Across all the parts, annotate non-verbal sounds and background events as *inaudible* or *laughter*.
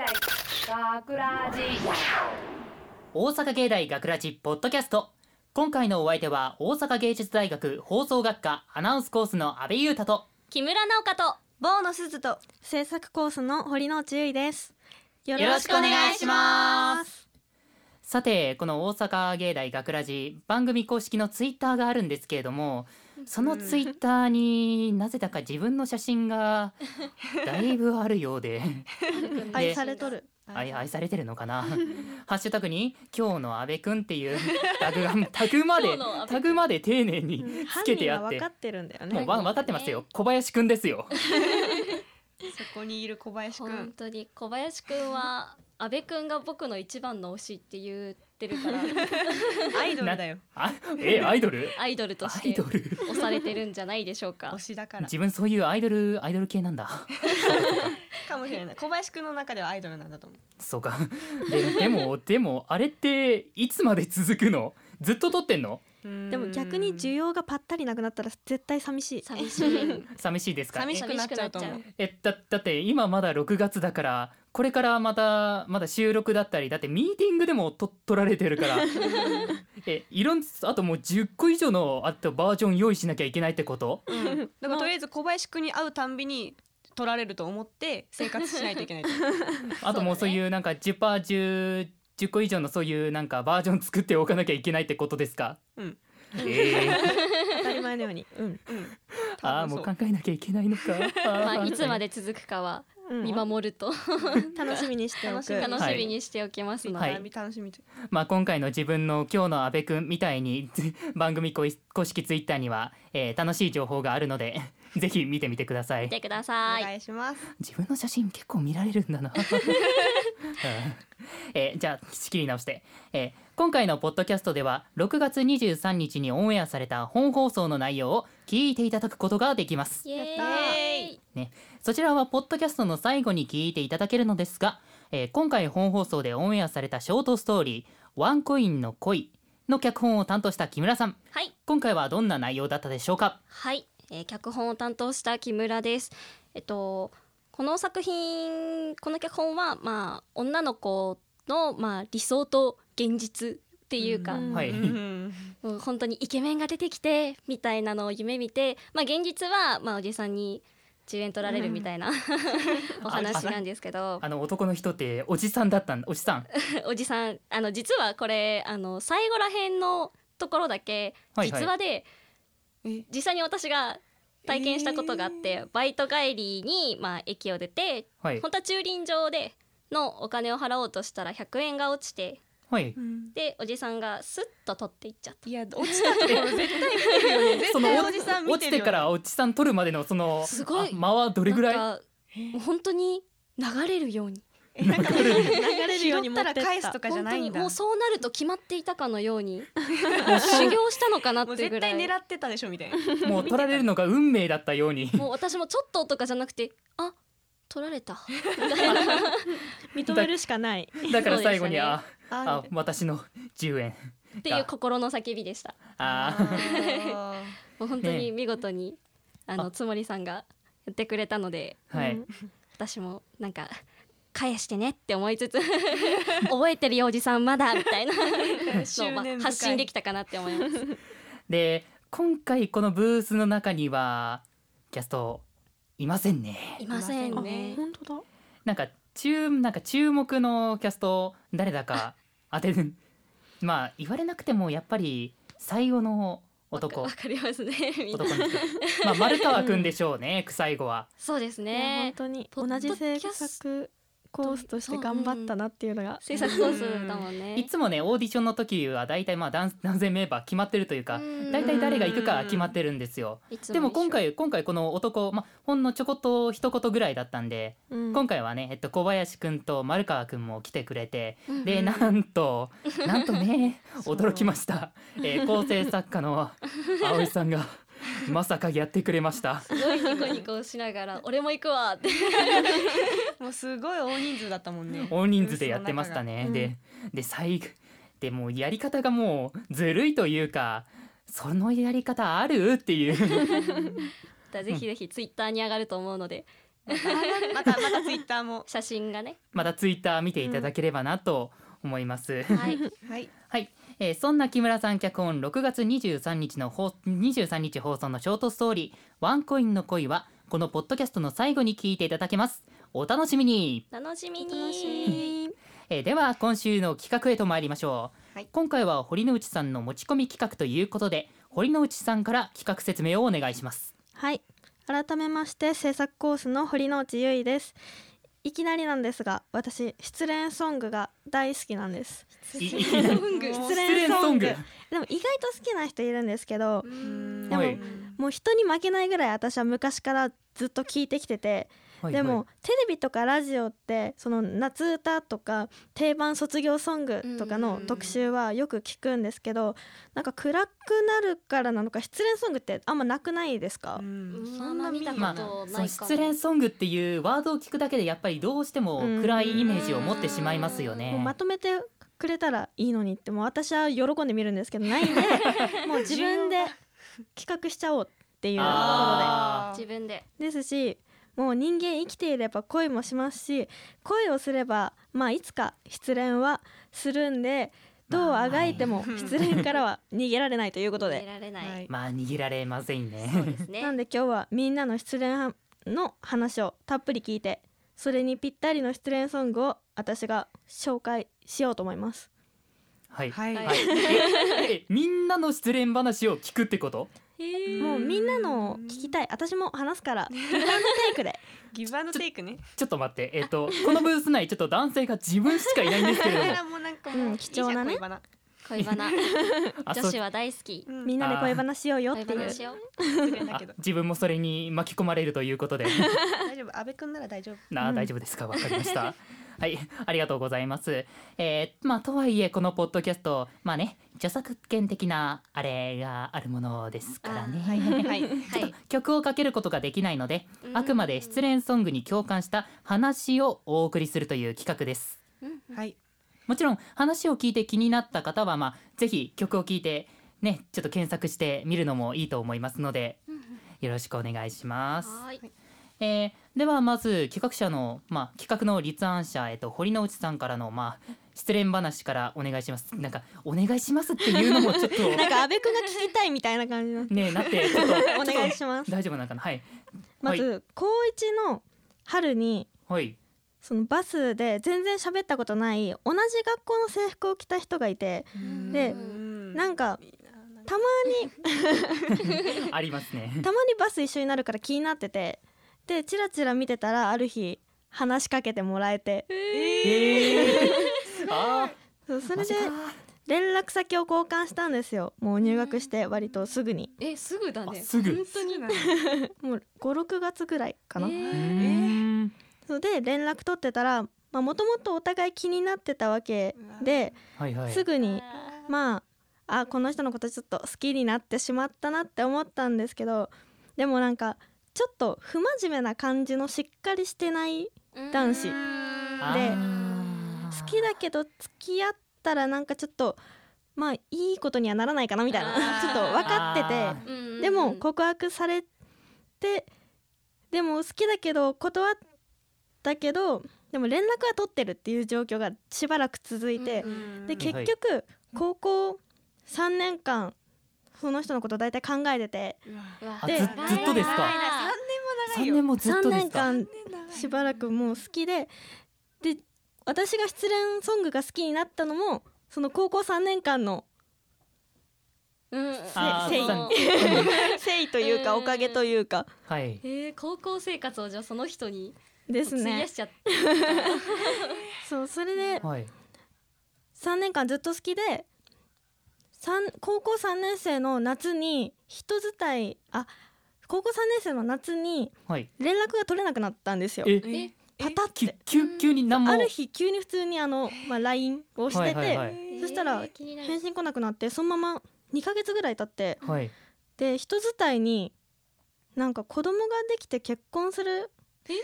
学ラジ大阪芸大学ラジポッドキャスト今回のお相手は大阪芸術大学放送学科アナウンスコースの阿部裕太と木村直香とボーノスズと制作コースの堀之内優衣ですよろしくお願いしますさてこの大阪芸大学ラジ番組公式のツイッターがあるんですけれどもそのツイッターになぜだか自分の写真がだいぶあるよう *laughs* で愛されとる愛愛されてるのか *laughs* なハッシュタグに「今日の阿部くん」っていうタ *laughs* グがタグまで今日の阿部くんタグまで丁寧うにんつ犯けて人あはって分かってるんだよもうねわ分かってますよ小林くんですよそこにいる小林本当に小林くんは安倍くんが僕の一番の推しって言ってるからアイドルだよあえアイドルアイドルとアしイてドル押されてるんじゃないでしょ *laughs* うかしだか自分そういうアイドルアイドル系なん *laughs* だかもしれない小林くんの中ではアイドルなんだと思うそうかででもでもあれっていつまで続くのずっと撮ってんのでも逆に需要がパッタリなくなったら絶対寂しい寂し *laughs* い寂しいですか *laughs* 寂しくなっちゃうと思う寂しくえだだって今まだ6月だからこれからまたまだ収録だったりだってミーティングでもと撮られてる *laughs* からえいろんあともう10個以上のあとバージョン用意しなきゃいけないってことうんだからとりあえず小林くんに会うたんびに取られると思って生活しないといけないとあともうそういうなんか10パー10 10個以上のそういうなんかバージョン作っておかなきゃいけないってことですか、うんえー *laughs* 当たり前のようにうん *laughs* ああもう考えなきゃいけないのか。まああーいつまで続くかは見守ると楽しみにしてお楽しくみに楽しみにしておきますのはで、い並び楽しみと *laughs* まあ今回の自分の今日の阿部くんみたいに番組公公式ツイッターには、えー楽しい情報があるのでぜひ見てみてくださ見い。てくだおさい願いします自分の写真結構見られるんだな。うん *laughs* えーじゃあ仕切り直して、えー今回のポッドキャストでは6月23日にオンエアされた本放送の内容を聞いていただくことができます。イエーイそちらはポッドキャストの最後に聞いていただけるのですが、えー今回本放送でオンエアされたショートストーリー「ワンコインの恋」の脚本を担当した木村さんはい今回はどんな内容だったでしょうかはい、えー脚本を担当した木村です。えっとこの作品この脚本はまあ女の子のまあ理想と現実っていうか、うんはいうんもう本当にイケメンが出てきてみたいなのを夢見て、まあ現実はまあおじさんに10円取られるみたいな、 *laughs* お話なんですけど、あの男の人っておじさんだったんおじさんおじさんあの実はこれあの最後ら辺のところだけはいはい実話で、え実際に私が体験したことがあって、えバイト帰りに、まあ、駅を出てはい本当は駐輪場でのお金を払おうとしたら100円が落ちてはいでおじさんがスッと取っていっちゃった。いや落ちたところ絶対見てるよねその絶対おじさん見落てちるてよからおじさん取るまでのそのすごいあ間はどれぐらいなんかもう本当に流れるようにえなんか流れるように拾っ持たってらった返すとかじゃ本当ないにんだもうそうなると決まっていたかのように修行したのかなっもうていうぐ絶らい対狙ってたでしょみたいなもう取られるのが運命だったようにもう私もちょっととかじゃなくてあ取られた認めるしかない *laughs* だから最後そうでしに、たねあああ私の10円っていう心の叫びでした。あーーもう本当ねえに見事に、あのあつもりさんがやってくれたので、 *laughs* はい、うん私もなんか返してねって思いつつ *laughs* 覚えてるよおじさんまだみたい *laughs* なのを、まあ執念深い発信できたかなって思います。で今回このブースの中にはキャストいませんねいませいんまね。本当だなんか注なんか注目のキャスト誰だか当てるまあ言われなくてもやっぱり最後の男わかわかりますね。みんな男の人まあ丸川くんでしょう *laughs* ね、最後はそうですねね本。当にポッド同キじ制ャス作コースとして頑張ったなっていうのが制作コースだもんいね。つもねオーディションの時は大体まあ男男性メンバー決まってるというかうん大体誰が行くか決まってるんですよいつでも一緒今 *laughs* 回今回この男、まあ、ほんのちょこっと一言ぐらいだったんでうん今回はね、えっと、小林くんと丸川くんも来てくれて、うんでなんとなんとね驚きました、えー構成作家の葵さんがまさかやってくれましたすごいニコニコしながら *laughs* 俺も行くわってもうすごい大人数だったもんね大人数でやってましたね、うんでで最後でもうやり方がもうずるいというかそのやり方あるっていう *laughs* ぜひぜひツイッターに上がると思うので。またまたツイッターも写真がねまたツイッター見ていただければなと思います、はいはいはい、えーそんな木村さん脚本6月23日の放23日放送のショートストーリー「ワンコインの恋は」このポッドキャストの最後に聞いていただけますお楽しみに、楽しみに *laughs* 楽しみえーでは今週の企画へと参りましょう、はい今回は堀之内さんの持ち込み企画ということで堀之内さんから企画説明をお願いしますはい改めまして制作コースの堀之内結衣ですいきなりなんですが私失恋ソングが大好きなんですいいきなり失失失恋恋ソソンンググでも意外と好きな人いるんですけどうんでももう人に負けないぐらい私は昔からずっと聞いてきててはいでも、はいテレビとかラジオってその夏歌とか定番卒業ソングとかうんうのんうん特集はよく聞くんですけどなんか暗くなるからなのか失恋ソングってあんまなくないですか、うんまあまあ見たことまあないかも、その失恋ソングっていうワードを聞くだけでやっぱりどうしても暗いイメージを持ってしまいますよもうまね。とめてくれたらいいのにってもう私は喜んで見るんですけどないんでもう自分で企画しちゃおうっていうところあ自分ででですしもう人間生きていれば恋もしますし恋をすればまあいつか失恋はするんでどうあがいてもまあ失恋からは逃げられないということ出で、られない、はいまあ逃げられませんね。そうですねなんで今日はみんなの失恋の話をたっぷり聞いてそれにぴったりの失恋ソングを私が紹介しようと思いますはい。はいはいはいええみんなの失恋話を聞くってこと？もうみんなのを聞きたい私も話すからギブアンドテイクでギブアンドテイクねちょっと待って、えっ、とこのブース内ちょっと男性が自分しかいないんですけれどあ *laughs* もら、もうなんかもううん貴重なねい *laughs* いじゃん恋バナあ女そう子は大好き恋バナみんなで恋話しようよっ恋ていうバナしよう失礼だあけど自分もそれに巻き込まれるということで、大丈夫安倍くんなら大丈夫なあうん大丈夫ですかわかりました。 *laughs* はい、ありがとうございます。えー、まあとはいえこのポッドキャスト、まあね著作権的なあれがあるものですからね。あはいはい *laughs* 曲をかけることができないので、うんあくまで失恋ソングに共感した話をお送りするという企画です。うんはいもちろん話を聞いて気になった方は、まあ、ぜひ曲を聞いてねちょっと検索してみるのもいいと思いますのでうんよろしくお願いします、はーいえーではまず企画者の、まあ、企画の立案者、えっと、堀之内さんからの、まあ、失恋話からお願いしますなんか「お願いします」っていうのもちょっなんとか阿部君が聞きたいみたいな感 *laughs* じなんでねなってちょっとお願いします大丈夫なのかなはいまず、高一の春にはいそのバスで全然喋ったことない同じ学校の制服を着た人がいてでななんかたまにありますねたまにバス一緒になるから気になっててでチラチラ見てたらある日話しかけても *laughs* らえてえー、あーそうそマれジでか連絡先を交換したんですよもう入学して割とすぐにえすぐだねあすぐ本当になもう56月ぐらいかな、えーうーんそうで連絡取ってたらもともとお互い気になってたわけで、はいはいすぐにあまああこの人のことちょっと好きになってしまったなって思ったんですけどでもなんかちょっと不真面目な感じのしっかりしてないー男子うーんであー好きだけど付き合ったらなんかちょっとまあいいことにはならないかなみたいなあーちょっと分かってうんうんうんてでも告白されてでも好きだけど断ったけどでも連絡は取ってるっていう状況がしばらく続いて、うんうんでけ結局高校3年間その人のこと大体考えててうわあでず長いずっとですか長い三三年年ももずっ3とです年か。間長いよしばらくもう好きでで私が失恋ソングが好きになったのもその高校3年間のうんあーせいそうなん誠意というかうんおかげというかはい。えー、高校生活をじゃあその人にです費やねしちゃって、そうそれではい。 3年間ずっと好きで三高校3年生の夏に人伝いあ高校3年生の夏にはい。連絡が取れなくなったんですよえ、えパタっきゅて急急に何も。ある日急に普通にあの、まあ、LINE をしてて、はいはいはい。そしたらえー気になる返信来なくなってそのまま2ヶ月ぐらい経ってはい。で人伝いになんか子供ができて結婚する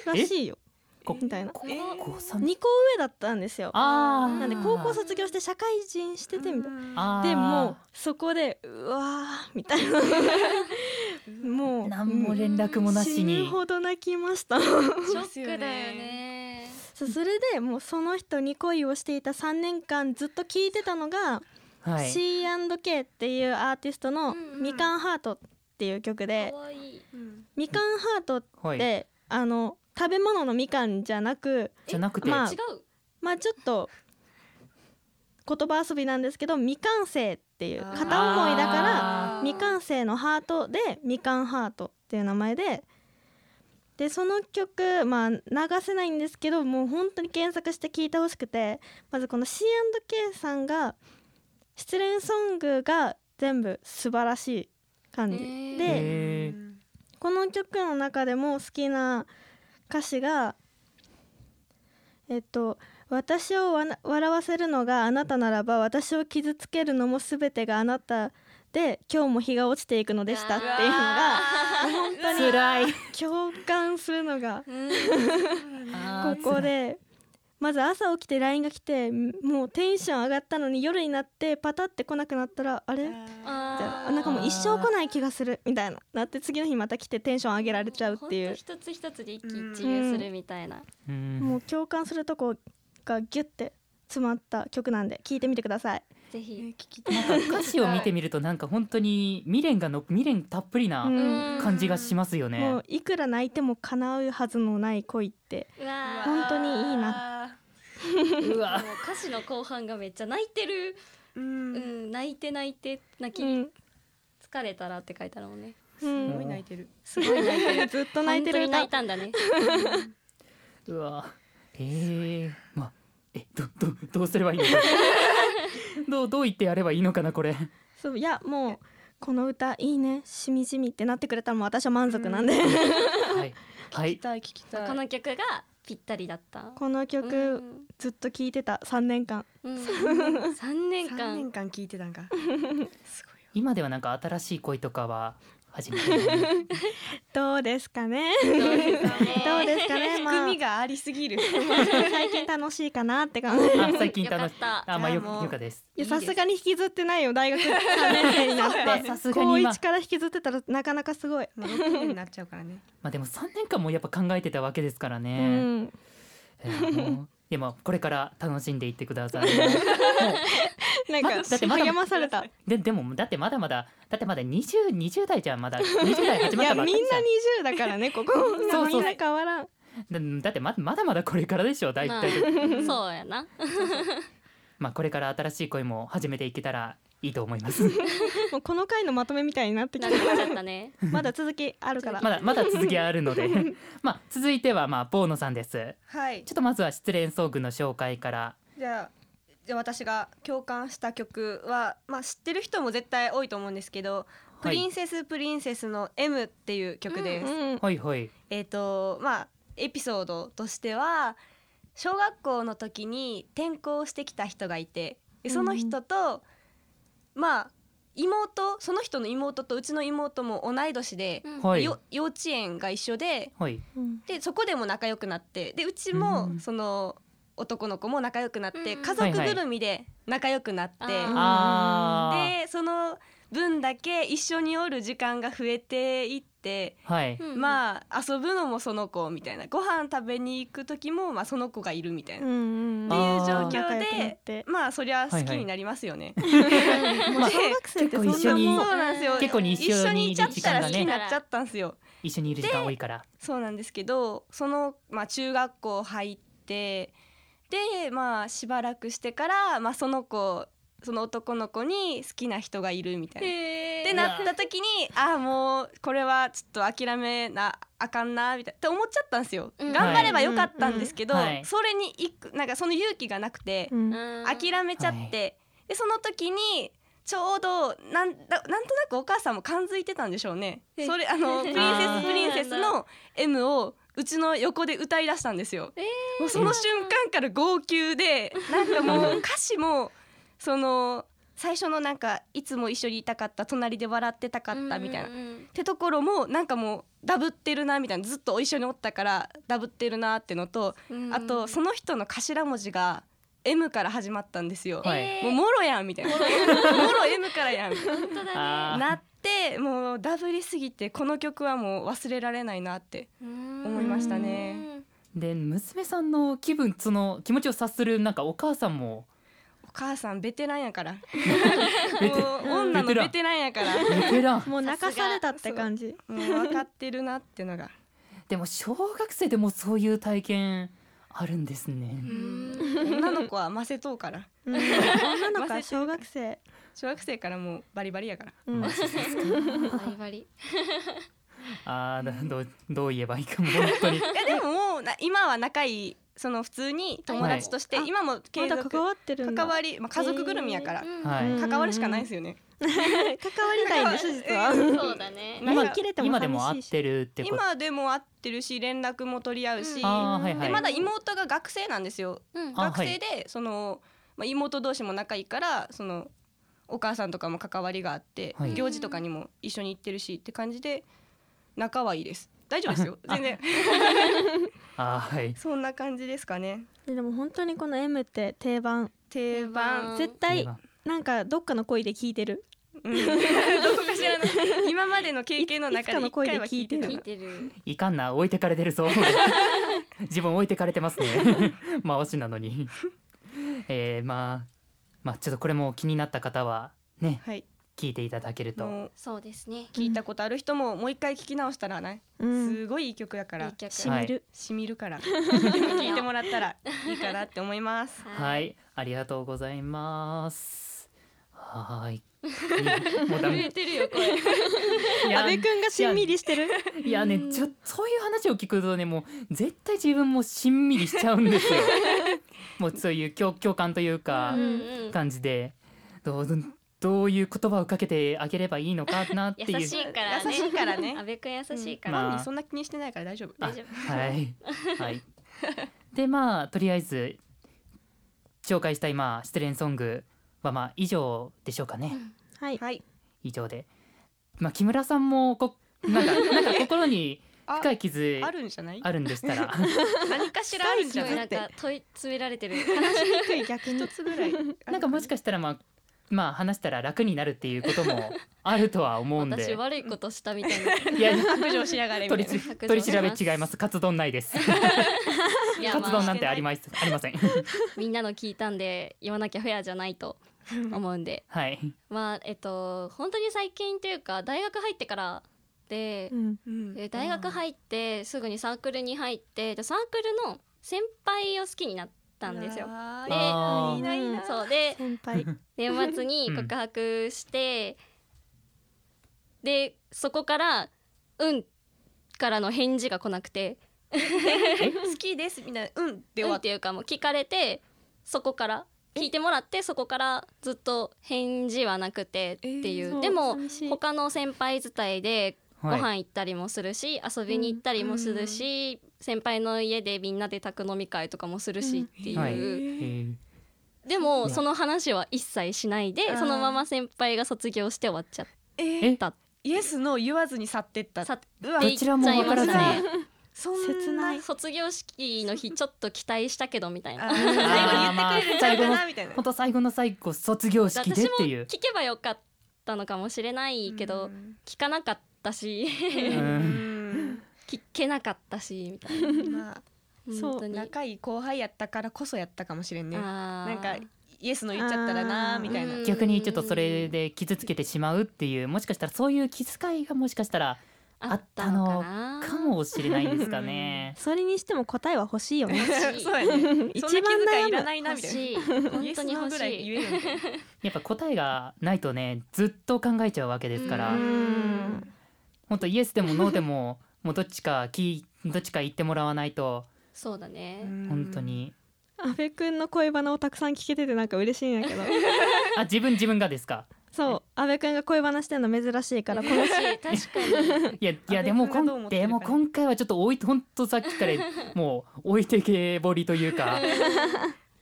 らしいよこみたいなこえーこさん。 2個上だったんですよああ。なんで高校卒業して社会人しててみたいなうんあー *laughs* でもうそこでうわーみたいなもう何も連絡もなし死ぬに。ほど泣きましたショックだよね。そうそれでもうその人に恋をしていた3年間ずっと聞いてたのが、はい。 C&K っていうアーティストのうんう「んみかんハート」っていう曲で可愛い。うんみかんハートっはい。て、あの食べ物のみかんじゃなくじゃなくて、まあ違う。まあちょっと言葉遊びなんですけど未完成っていうあー片思いだからあー未完成のハートでみかんハートっていう名前ででその曲まあ流せないんですけどもう本当に検索して聴いてほしくてまずこの C&K さんが失恋ソングが全部素晴らしい感じ、へーでへーこの曲の中でも好きな歌詞がえっと私をわな笑わせるのがあなたならば私を傷つけるのも全てがあなたで今日も日が落ちていくのでしたっていうのがが。本当に辛い。共感するのがあこーこ。でまず朝起きて LINE が来てもうテンション上がったのに夜になってパタって来なくなったらあれってああなんかもう一生来ない気がするみたいななって次の日また来てテンション上げられちゃうっていう本当一つ一つで一喜一憂するみたいな。辛いうんもう共感するとこがギュッて詰まった曲なんで聞いてみてください。えぜひ。ー聞きたいなんか歌詞を見てみるとなんか本当に未練がの未練たっぷりうなん感じがしますよね。もういくら泣いても叶うはずのない恋ってうわー。本当にいいなう *laughs* わもう歌詞の後半がめっちゃ泣いてる。ううんん、泣いて泣いて、泣き、うん疲れたらって書いてあるもんね。うすごんい泣いてるすごい泣いてる。ずっと泣いてる本当に泣歌いたんだね。うわえー、まえどどどうすればいいの *laughs* かどうどう言ってやればいいのかなこれそういやもうこの歌いいねしみじみってなってくれたらもう私は満足なんで、はいは聞きいたい聞きたいこの曲がぴったりだった。この曲ずっと聴いてた3年間うん、三年3間年間聞いてたんかすごいわ今ではなんか新しい恋とかは始めてないどうですかねどうですかねどうですかねま含あみがありすぎ *laughs* る最近楽しいかなって感じ *laughs* あ最近楽しいよかったあまあよじゃあもうよかですいやいいですさすがに引きずってないよ大学3年生になっそうやてさすがに高今1から引きずってたらなかなかすごい、まあ6年になっちゃうからねまあでも三年間もやっぱ考えてたわけですからうね、ん、えーもう *laughs* いやまあこれから楽しんでいってくださいなんまだかだってまだ励まされたででもだってまだまだだってまだ2020代じゃんまだ20代始いまっやたみばんっかりなじゃん20だからねここそうみんな変わらんだだってままだまだこれからでしょ大まあ体、そうやな。まあこれから新しい恋も始めていけたらいいと思います。 *laughs* もうこの回のまとめみたいになってきなたくなっちゃっ *laughs* たね。まだ続きあるからまだまだ続きあるので、まあ続いてはまあボーノさんです。はいちょっとまずは失恋ソングの紹介から。じゃあじゃあ私が共感した曲は、まあ、知ってる人も絶対多いと思うんですけど「プはリいンセスプリンセス」の「M」っていう曲です。うんはいはい。えっ、とまあエピソードとしては小学校の時に転校してきた人がいてでその人と、まあ妹その人の妹とうちの妹も同い年で、はいよ幼稚園が一緒ではい。うんでそこでも仲良くなってでうちうもんその男の子も仲良くなって、うん家族ぐるみで仲良くなって、はいはいあでその分だけ一緒におる時間が増えていって、あ。はい。あ、まあ遊ぶのもその子みたいなご飯食べに行く時も、まあ、その子がいるみたいな。うっんうんていうあ状ー況仲良くなっでてまあそりゃ好きになりますよ *laughs* ね。もう小学生ってそんな結構一緒にもうそうなんですよ。結構に一一緒緒ににいいるちゃっ時た間らが好きにねなっちゃったんですよ。一緒にいる時間多いから。そうなんですけどその、まあ、中学校入ってでまあしばらくしてから、まあ、その子その男の子に好きな人がいるみたいな。へってなった時にああもうこれはちょっと諦めなあかんなみたいなって思っちゃったんですよ。うん頑張ればよかったんですけど、はいうんうんそれにいくなんかその勇気がなくて、うん諦めちゃって、はいでその時にちょうどなんだなんとなくお母さんも感づいてたんでしょうねえそれあの「プリンセスプリンセス」の M をうちの横で歌い出したんですよ、えーもうその瞬間から号泣でなんかもう歌詞もその最初のなんかいつも一緒にいたかった隣で笑ってたかったみたいな、うっんてところもなんかもうダブってるなみたいなずっと一緒におったからダブってるなってのと、うんうん。あとその人の頭文字が M から始まったんですよ。はいえーもうもろやんみたいな。もろ M からやんみたい本当だね。あなーなってもうダブりすぎてこの曲はもう忘れられないなって思いましたねで娘さんの気分その気持ちを察するなんかお母さんもお母さんベテランやからもベテう女のベテランやからベテランもう泣かされたって感じもう分かってるなってのがでも小学生でもそういう体験あるんですね、女の子はませとうからうん女の子は小学生小学生からもうバリバリやからうんマバリバリあーどうどう言えばいいかも本当にいやでももうな今は仲いいその普通に友達としてはい今もま継だ続関わってるんだ関わり、まあ、家族ぐるみやからうんはいうん関わるしかないですよね関わりたいんです実はそうだねなんか今切れても今でも合寂っしいしてるってこと今でも会ってるし連絡も取り合うしうでんあーはいはいまだ妹が学生なんですようんあ学生でそのまあ妹同士も仲いいからそのお母さんとかも関わりがあってはい行事とかにも一緒に行ってるしって感じで仲はいいです大丈夫ですよ全然あーはいそんな感じですかねででも本当にこの M って定番定番うん絶対ではなんかどっかの恋で聞いてるうん *laughs* どこか知らない今までの経験の中でいつかの一声で回は聞いてる聞聞いてるいかんな置いてかれてるぞ自分置いてかれてますね *laughs* 回しなのにえー、まあまあちょっとこれも気になった方はねはい聞いていただけると、もうそうですね聞いたことある人ももう一回聞き直したらねうんすごいいい曲やからいい曲しみるしみるから *laughs* 聞いてもらったらいいかなって思いますはいい、ありがとうございます。はーい。もうダ震 *laughs* メえ。てるよ声い阿や部くんがしんみりしてるいやね、ちょそういう話を聞くとね、もう絶対自分もしんみりしちゃうんです *laughs* よ。もうそういう共共感というかう、んうん感じで、どうどういう言葉をかけてあげればいいのかなっていう。優しいからね優しいからね阿部くん優しいかまらあ本人そんな気にしてないから大丈夫あ大丈夫はい *laughs* はい。でまあとりあえず紹介したいまあ失恋ソングはまあ以上でしょうかね。はいはい以上で、まあ、木村さんもこなんかなんか心にあ深い傷あるんじゃないあるんでしたら何かしらあるんじすゃごないいなんか問い詰められてる低い逆に一つぐ *laughs* らいなんかもしかしたら、まあ、まあ話したら楽になるっていうこともあるとは思うんで私悪いことしたみた *laughs* いないや *laughs* 白状しやがれみた取りいなち白状取りし調べます違います活動ないですいや活ま動なあんてありまありませんみんなの聞いたんで言わなきゃフェアじゃないと思うんではいまあえっと本当に最近というか大学入ってからでう、んうんで大学入ってすぐにサークルに入ってでサークルの先輩を好きになったんですよう。わーであーいいないいなそうで先輩年末にうん告白して、でそこから「うん」からの返事が来なくて好きですみたいなうん「で終うん」わっっていうかもう聞かれてそこから聞いてもらってそこからずっと返事はなくてっていう、そうでも寂しい他の先輩伝いでごはい飯行ったりもするし、遊びに行ったりもするし、先輩の家でみんなで宅飲み会とかもするしっていう、はいえてーでもその話は一切しないであーそのまま先輩が卒業して終わっちゃっえたイエスノー言わずに去ってった去ってうわどちらもわからずにそんな切ない卒業式の日ちょっと期待したけどみたいあなー最後言ってくれるんちゃうかなみたいな本当最後の最後卒業式で私っもていう聞けばよかったのかもしれないけど、うん聞かなかったしうん聞けなかったしみ *laughs* たいまあなそう本当に仲いい後輩やったからこそやったかもしれんねなあんーかイエスの言っちゃったらなあーみたいなうん逆にちょっとそれで傷つけてしまうっていうもしかしたらそういう気遣いがもしかしたらあったのかなかもしれないですかね。 *laughs* それにしても答えは欲しい *laughs* よね欲しいそうやね一そ番んな気遣いいら悩むないな欲みたいなしい本 *laughs* 当に欲イエスノーぐらいしい言えよみたいなやっぱ答えがないとねずっと考えちゃうわけですかうらん本当イエスでもノーでももうどっちかきどっちか言ってもらわないとそうだね本当に阿部くんの恋バナをたくさん聞けててなんか嬉しいんや *laughs* けどあ自分自分がですかそう阿部くんが恋バナしてんの珍しいからこの欲しい確かに *laughs* いやいや安倍でも君がこんどう思ってるでかも今回はちょっと置い本当さっきからもう置いてけぼりというか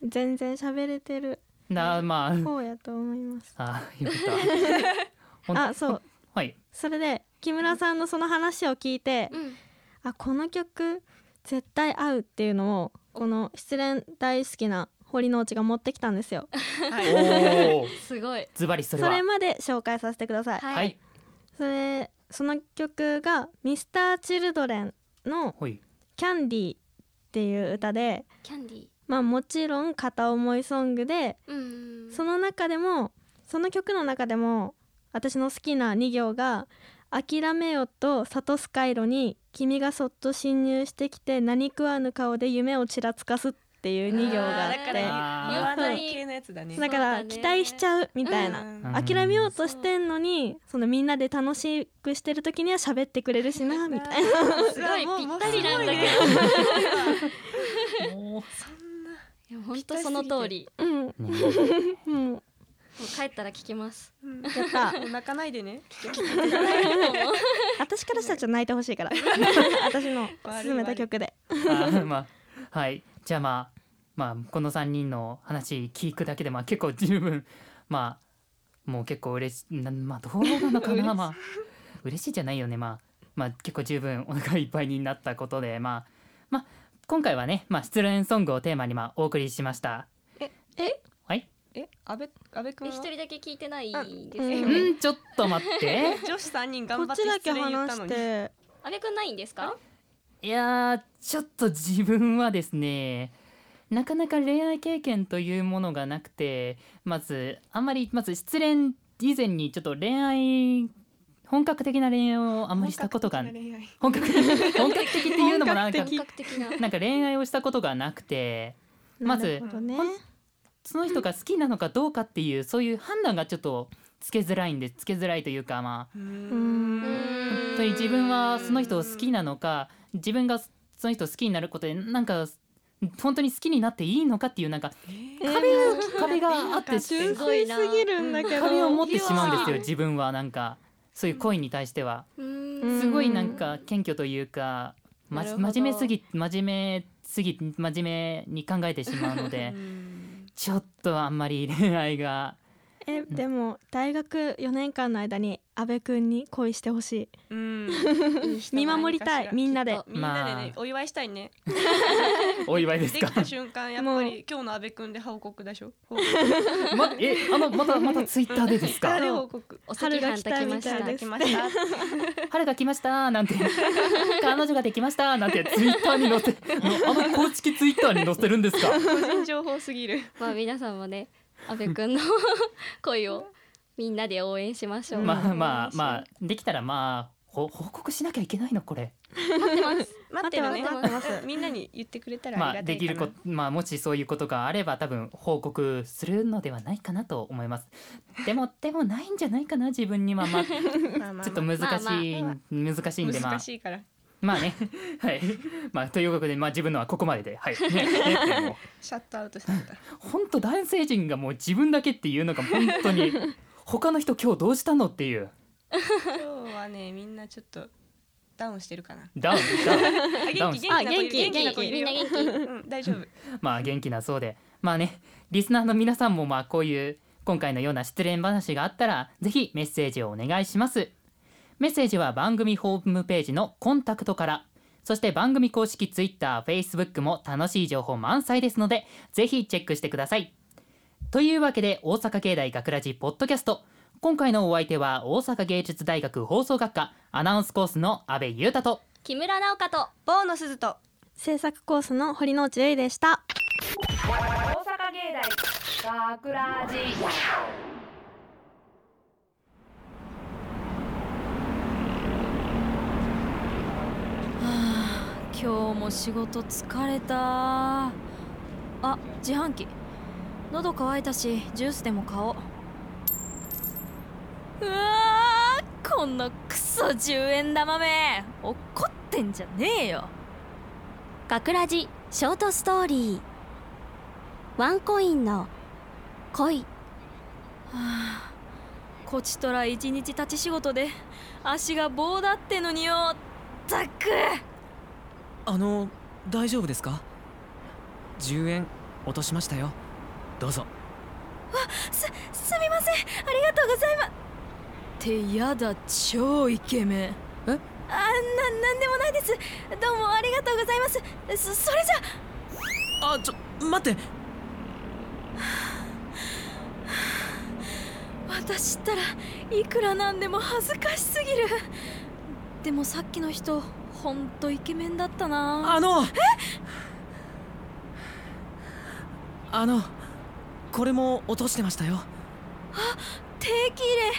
全然喋れてるなま方やと思いますああよかったほんあそうはいそれで木村さんのその話を聞いてうんあこの曲絶対合うっていうのをこの失恋大好きな堀之内が持ってきたんですよはおいおすごいズバリそそれはれまで紹介させてください、は、はいい、それその曲が Mr.Children のほい「キャンディー」っていう歌で、キャンディーまあ、もちろん片思いソングでうんその中でもその曲の中でも私の好きな2行が「諦めよ」と「里スカイロ」に「君がそっと侵入してきて何食わぬ顔で夢をちらつかす」っていう2行があっだから言てあーわない系のやつだねだから期待しちゃうみたいな。うんうん諦めようとしてんのにそのみんなで楽しくしてる時には喋ってくれるしなみたいなすすごいぴったりなんだけど、もいや本当その通りううんねもうもう帰ったら聞きますやった泣かないでね私からしたらちょっと泣いてほし *laughs* いから私の勧めた曲であーまあはいじゃあまあまあこの3人の話聞くだけでまあ結構十分まあもう結構嬉しいなまあどうなのかなま *laughs* あ嬉しいじゃないよねまあまあ結構十分お腹いっぱいになったことでまあまあ今回はねまあ失恋ソングをテーマにまあお送りしましたええはいえ安倍安倍くん一は人だけ聞いてないですよ、うんうねんちょっと待って女子三人こ頑張っってちだけ失恋言っ話たのしにて阿部くんないんですかいやーちょっと自分はですねなかなか恋愛経験というものがなくてまずあんまりまず失恋以前にちょっと恋愛本格的な恋愛をあんまりしたことが本格的本格的っていうのもなんか本格的ななんか恋愛をしたことがなくてまずなるほどねその人が好きなのかどうかっていうそういう判断がちょっとつけづらいんでつけづらいというかまあうう本当に自分はその人を好きなのか自分がその人を好きになることでなんか本当に好きになっていいのかっていうなんかえー壁が壁があってす純ごい粋なすぎるんだけど壁を持ってしまうんですいよや自分はなんかそういう恋に対してはうんんすごいなんか謙虚というか、ま、なるほど真面目すぎ真面目すぎ真面目に考えてしまうのでちょっとあんまり恋愛がえでも大学4年間の間に阿部くんに恋してほしうんいい人見だ守りたいみんなできっとみんなでまあねお祝いしたいねお祝いでですきかた瞬間やっぱもり今日の安倍くんで報告でしょ報告まえあのまたまたツイッターでですかで報告お赤春が飯炊来たきみましたいたでですきました春が来ましたなん *laughs* て彼女ができましたなんてツイッターに載せのあの公式ツイッターに載せるんです *laughs* か個人情報すぎるまあ皆さんもね阿部くんの *laughs* 恋をみんなで応援しましょう、まあまあまあできたらまあほ報告しなきゃいけないのこれ *laughs* 待ってるね待ってますうんみんなに言ってくれたらあまりあがたでいきかるなこまあもしそういうことがあれば多分報告するのではないかなと思いますでもでもないんじゃないかな自分にはまあち *laughs* まあまあょっと難しい、ま難しいんでまあ難しいからまあねはいまあということでまあ自分のはここまでではいね *laughs* ねもうシャットアウトしてた本当男性陣がもう自分だけっていうのが本当に他の人今日どうしたのっていう今日はねみんなちょっとダウンしてるかなダウンダウンあダウ元ン気し元気な子いる元気な子いあ元気るよ元気みんなうん大丈夫まあ元気なそうでまあねリスナーの皆さんもまあこういう今回のような失恋話があったらぜひメッセージをお願いしますメッセージは番組ホームページのコンタクトからそして番組公式 TwitterFacebook も楽しい情報満載ですのでぜひチェックしてくださいというわけで大阪芸大学ラジポッドキャスト今回のお相手は大阪芸術大学放送学科アナウンスコースの阿部裕太と木村直香とボーノスズと制作コースの堀之内瑠衣でした大阪芸大学ラジ今日も仕事疲れたあ自販機喉乾いたしジュースでも買おううわーこのクソ10円玉め怒ってんじゃねえよ学ラジショートストーリーワンコインの恋こちとら一日立ち仕事で足が棒だってのによったくあの大丈夫ですか10円落としましたよどうぞすすみませんありがとうございますってやだ超イケメンえあななんでもないですどうもありがとうございますそそれじゃあちょ待って私ったらいくらなんでも恥ずかしすぎるでもさっきの人ほんとイケメンだったなあのあのこれも落としてましたよ定期入れ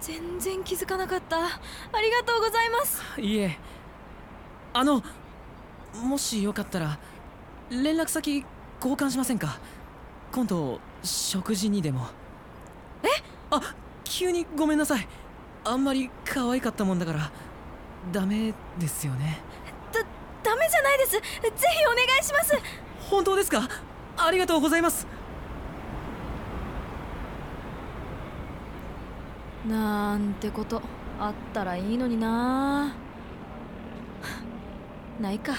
全然気づかなかったありがとうございますいえあのもしよかったら連絡先交換しませんか今度食事にでもえあ急にごめんなさいあんまり可愛かったもんだからダメですよねダメじゃないですぜひお願いします本当ですかありがとうございますなんてことあったらいいのにな *laughs* ないか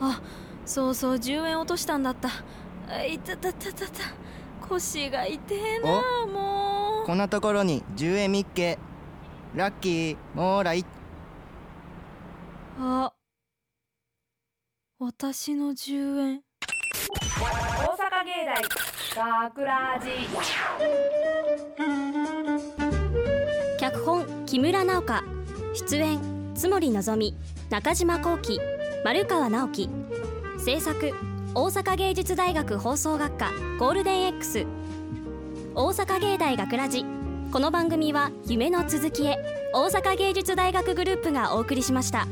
あそうそう10円落としたんだったあいたたたたた腰が痛えなもうこんなところに10円見っけラッキーもーらいあ私の10円大阪芸大学ラジ脚本木村直香出演津森のぞみ中島幸喜丸川直樹制作大阪芸術大学放送学科ゴールデン X 大阪芸大学ラジこの番組は夢の続きへ大阪芸術大学グループがお送りしました。